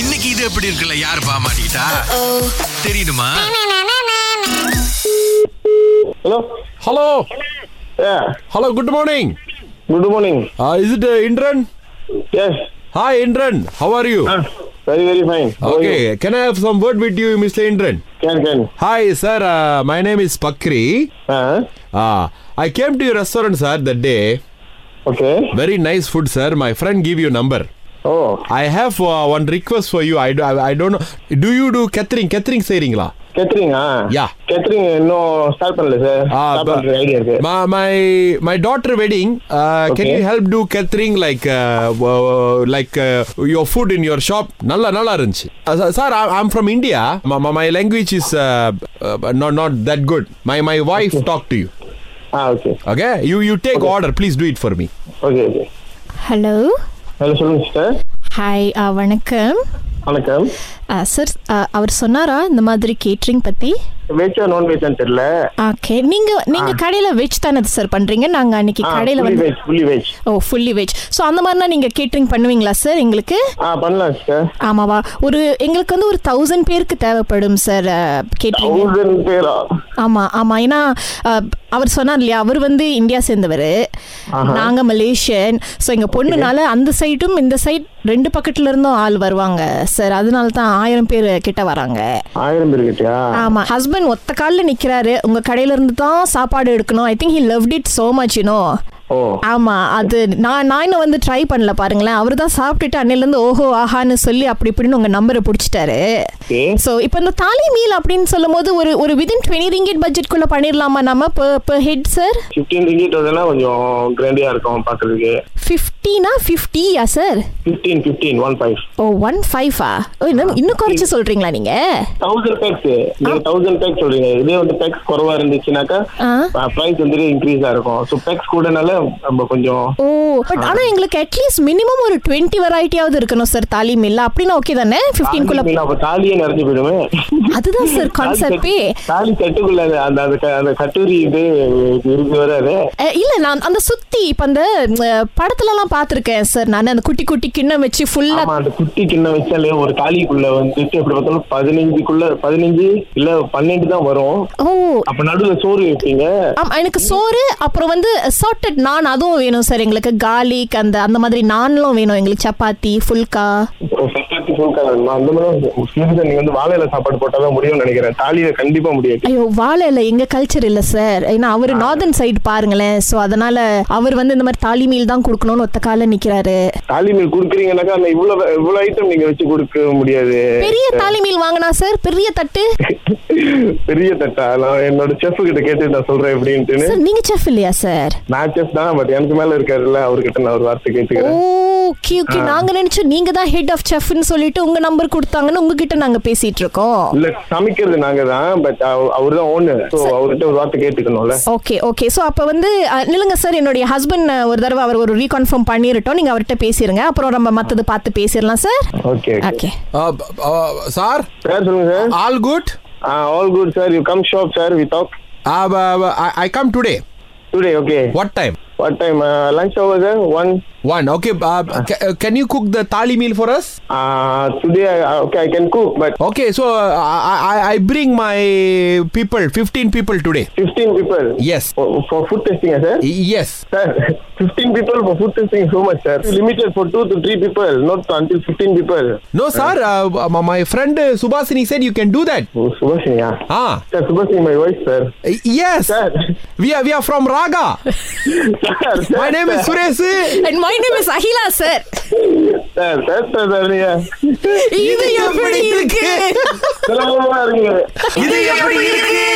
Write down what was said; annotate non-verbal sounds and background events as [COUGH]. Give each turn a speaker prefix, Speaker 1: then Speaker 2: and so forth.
Speaker 1: இன்னைக்கு இது எப்படி இருக்குல்ல யார் பாமாட்டா தெரியுமா
Speaker 2: hello
Speaker 3: hello
Speaker 2: A
Speaker 3: hello good morning
Speaker 2: good morning
Speaker 3: is it Imran
Speaker 2: yes
Speaker 3: hi Imran how are you
Speaker 2: very very fine
Speaker 3: okay can I have some word with you mister Imran
Speaker 2: can can
Speaker 3: hi sir my name is Bakri
Speaker 2: Uh,
Speaker 3: I came to you restaurant sir the day
Speaker 2: okay
Speaker 3: very nice food sir my friend give you number
Speaker 2: oh
Speaker 3: I have one request for you I I don't know to you do catering catering செய்கிறீங்களா
Speaker 2: கேத்ரிங்கா
Speaker 3: Yeah.
Speaker 2: Catering ah. இன்னும் start பண்ணல sir start பண்ற idea இருக்கு
Speaker 3: my my daughter wedding can
Speaker 2: Okay.
Speaker 3: You help two catering like like your food in your shop நல்லா நல்லா இருந்துச்சு sir I am from India my language is not not that good my my wife talk to you
Speaker 2: ah okay
Speaker 3: okay you you take order please do it for me
Speaker 2: okay okay
Speaker 4: hello
Speaker 2: hello சொல்லுங்க sister
Speaker 4: hi uh, வணக்கம்
Speaker 2: வணக்கம்
Speaker 4: sir அவர் சொன்னாரா இந்த மாதிரி catering பற்றி
Speaker 2: வெஜ்ஜா நான் வெஜ்ஜான்னு தெரியல
Speaker 4: ஓகே நீங்கள் நீங்கள் கடையில் வெஜ் தானே சார் பண்ணுறீங்க நாங்கள்
Speaker 2: Ah,
Speaker 4: அன்னைக்கு கடையில் வந்து
Speaker 2: veg fully veg
Speaker 4: oh fully veg so அந்த மாதிரினா நீங்கள் கேட்ரிங் பண்ணுவீங்களா சார் எங்களுக்கு
Speaker 2: ஆ Ah, பண்ணலாம் சிஸ்டர்
Speaker 4: ஆமாவா ஒரு எங்களுக்கு வந்து ஒரு தௌசண்ட் பேருக்கு தேவைப்படும் uh, சார் கேட்ரிங்
Speaker 2: தௌசண்ட் பேரா
Speaker 4: ஆமா ஆமா ஏன்னா அஹ், அவர் சொன்னார் இல்லையா அவர் வந்து இந்தியா சேர்ந்தவர் நாங்க மலேசியன் ஸோ எங்க பொண்ணுனால அந்த சைடும் இந்த சைட் ரெண்டு பக்கத்துல இருந்தும் ஆள் வருவாங்க சார் அதனால தான் ஆயிரம் பேர் கிட்ட வராங்க
Speaker 2: ஆயிரம் பேர் கிட்டயா
Speaker 4: ஆமா ஹஸ்பண்ட் ஒத்த காலில் நிக்கிறாரு உங்க கடையில இருந்து தான் சாப்பாடு எடுக்கணும் I think he loved it so much you know
Speaker 2: oh
Speaker 4: ஆமா அது நான் நான் இன்னும் வந்து ட்ரை பண்ணல பாருங்களேன் அவர் தான் சாப்பிட்டுட்டு அன்னையிலேருந்து ஓஹோ ஆஹான்னு சொல்லி அப்படி இப்படின்னு உங்க நம்பரை பிடிச்சிட்டாரு
Speaker 2: ஓகே
Speaker 4: ஸோ இப்போ இந்த தாலி மீல் அப்படின்னு சொல்லும்போது ஒரு ஒரு விதின் டுவெண்ட்டி ரிங்கெட் பட்ஜெட்குள்ள பண்ணிடலாமா நம்ம per head sir
Speaker 2: fifteen ringgit வந்ததுன்னா கொஞ்சம் கிராண்டியா இருக்கும் பார்க்கறதுக்கு
Speaker 4: ஃபிஃப்டினா ஃபிஃப்டியா sir
Speaker 2: fifteen fifteen one five
Speaker 4: oh one ஃபைவா Oh, ஓ இன்னும் இன்னும் குறைச்சி சொல்றீங்களா நீங்க
Speaker 2: தௌசண்ட் பேக்ஸ் நீங்க தௌசண்ட் பேக் சொல்றீங்க இதே வந்து பேக்ஸ் குறவா இருந்துச்சுனாக்கா
Speaker 4: ஆ.
Speaker 2: ப்ரைஸ் வந்து இன்க்ரீஸா இருக்கும் ஸோ பேக்ஸ் கூடனால நம்ம கொஞ்சம்
Speaker 4: ஓ பட் ஆனா எங்களுக்கு அட்லீஸ்ட் மினிமம் ஒரு டுவெண்ட்டி வெரைட்டியாவது இருக்கணும் சார் தாலி மீல் அப்படின்னா ஓகே தானே
Speaker 2: தாலி
Speaker 4: ஃபிஃப்டீன்குள்ள
Speaker 2: மீன் அப்ப தாலியே நிறைஞ்சு போயிடுமே
Speaker 4: அதுதான் சார் கான்செப்டே
Speaker 2: தாலி கட்டுக்குள்ள அது- அந்த அந்த க- அந்த கட்டுரி இது இது இருக்கு வராது
Speaker 4: அஹ் இல்ல நான் அந்த சுத்தி இப்ப அந்த அஹ், படத்துலலாம் பார்த்திருக்கேன் சார் நான் அந்த குட்டி குட்டி கிண்ணம் வச்சு ஃபுல்லா
Speaker 2: ஆமா அந்த குட்டி கிண்ணம் வச்சாலே ஒரு தாலிக்குள்ள வந்துட்டு எப்படி பார்த்தாலும் பதினஞ்சுக்குள்ள பதினஞ்சு இல்ல பன்னெண்டு தான் வரும்
Speaker 4: ஓ
Speaker 2: அப்ப நடுவுல சோறு வைப்பீங்க
Speaker 4: ஆமா எனக்கு சோறு அப்புறம் வந்து சார்ட்டட் நான் அதுவும் வேணும் சார் எங்களுக்கு கார்லிக் அந்த அந்த மாதிரி நான்லாம் வேணும் எங்களுக்கு சப்பாத்தி ஃபுல்கா
Speaker 2: ஒரு சப்பாத்தி full-ஆ வேணுமா? அந்த மாதிரி சீசன் நீங்க வந்து வாழையில சாப்பாடு போட்டாதான் முடியும்னு நினைக்கிறேன் தாலியில கண்டிப்பா முடியாது
Speaker 4: ஐயோ வாழை இல்லை எங்க கல்ச்சர் இல்லை சார் ஏன்னா அவர் நார்தன் சைடு பாருங்களேன் ஸோ அதனால அவர் வந்து இந்த மாதிரி தாலி மீல் தான் கொடுக்கணும்னு ஒத்த கால நிக்கிறாரு
Speaker 2: தாலி மீன் குடுக்குறீங்கன்னாக்கா அந்த இவ்வளவு இவ்வளவு ஐட்டம் நீங்க வச்சு கொடுக்க முடியாது
Speaker 4: பெரிய தாலி மீல் வாங்கினா சார் பெரிய தட்டு
Speaker 2: பெரிய தட்டா நான் என்னோட செஃப் கிட்ட கேட்டு நான் சொல்றேன் எப்படின்ட்டுன்னு
Speaker 4: சார் நீங்க செஃப் இல்லையா சார்
Speaker 2: நான் செஃப் தான் பட் எனக்கு மேல இருக்காருல்ல அவர்கிட்ட நான் ஒரு வார்த்தை கேட்டுக்கிறேன்
Speaker 4: ஓகே ஓகே நாங்க நினைச்சோம் நீங்க தான் ஹெட் ஆஃப் செஃப்னு சொல்லிட்டு உங்க நம்பர் கொடுத்தாங்கன்னு உங்ககிட்ட நாங்க பேசிட்டு இருக்கோம்
Speaker 2: இல்ல சமைக்கிறது நாங்க தான் பட் அவர் தான் ஓனு ஸோ அவர்கிட்ட ஒரு வார்த்தை கேட்டுக்கணும்ல
Speaker 4: ஓகே ஓகே ஸோ அப்போ வந்து அஹ், நில்லுங்க சார் என்னுடைய ஹஸ்பண்ட் ஒரு தடவை அவர் ஒரு ரீகன்ஃபார்ம் பண்ணிரட்டும் நீங்கள் அவர்கிட்ட பேசிடுங்க அப்புறம் நம்ம மற்றது பார்த்து பேசிடலாம் sir
Speaker 2: okay
Speaker 4: okay
Speaker 3: Uh, sir
Speaker 2: sir சொல்லுங்க sir
Speaker 3: all good
Speaker 2: all good sir you come shop sir we talk
Speaker 3: Ah, I come today
Speaker 2: today okay
Speaker 3: what time
Speaker 2: what time lunch hour sir one
Speaker 3: One. Okay. Uh, ca- uh, can you cook the thali meal for us?
Speaker 2: Today okay I can cook but
Speaker 3: Okay. So uh, I, I I bring my people, fifteen people today.
Speaker 2: Fifteen people
Speaker 3: Yes.
Speaker 2: For food டெஸ்டிங்கா sir
Speaker 3: Y- yes.
Speaker 2: Sir, 15 people for food testing is so much, sir. Limited for two to three people, not until 15 people.
Speaker 3: No, sir. Uh, m- my friend uh, Subhasini said you can do that.
Speaker 2: Oh, Subhasini, yeah.
Speaker 3: Ah.
Speaker 2: Sir, Subhasini, my wife, sir.
Speaker 3: Uh, yes.
Speaker 2: Sir,
Speaker 3: We are we are from Raga.
Speaker 2: sir, sir,
Speaker 3: My name is Suresh.
Speaker 4: [LAUGHS] And my name is Akila sir
Speaker 2: sir, sir, sir, sir, yeah.
Speaker 4: இது எப்படி இருக்கு
Speaker 3: [LAUGHS]
Speaker 2: சிரமமா இருக்குங்க.
Speaker 3: இது எப்படி இருக்கு?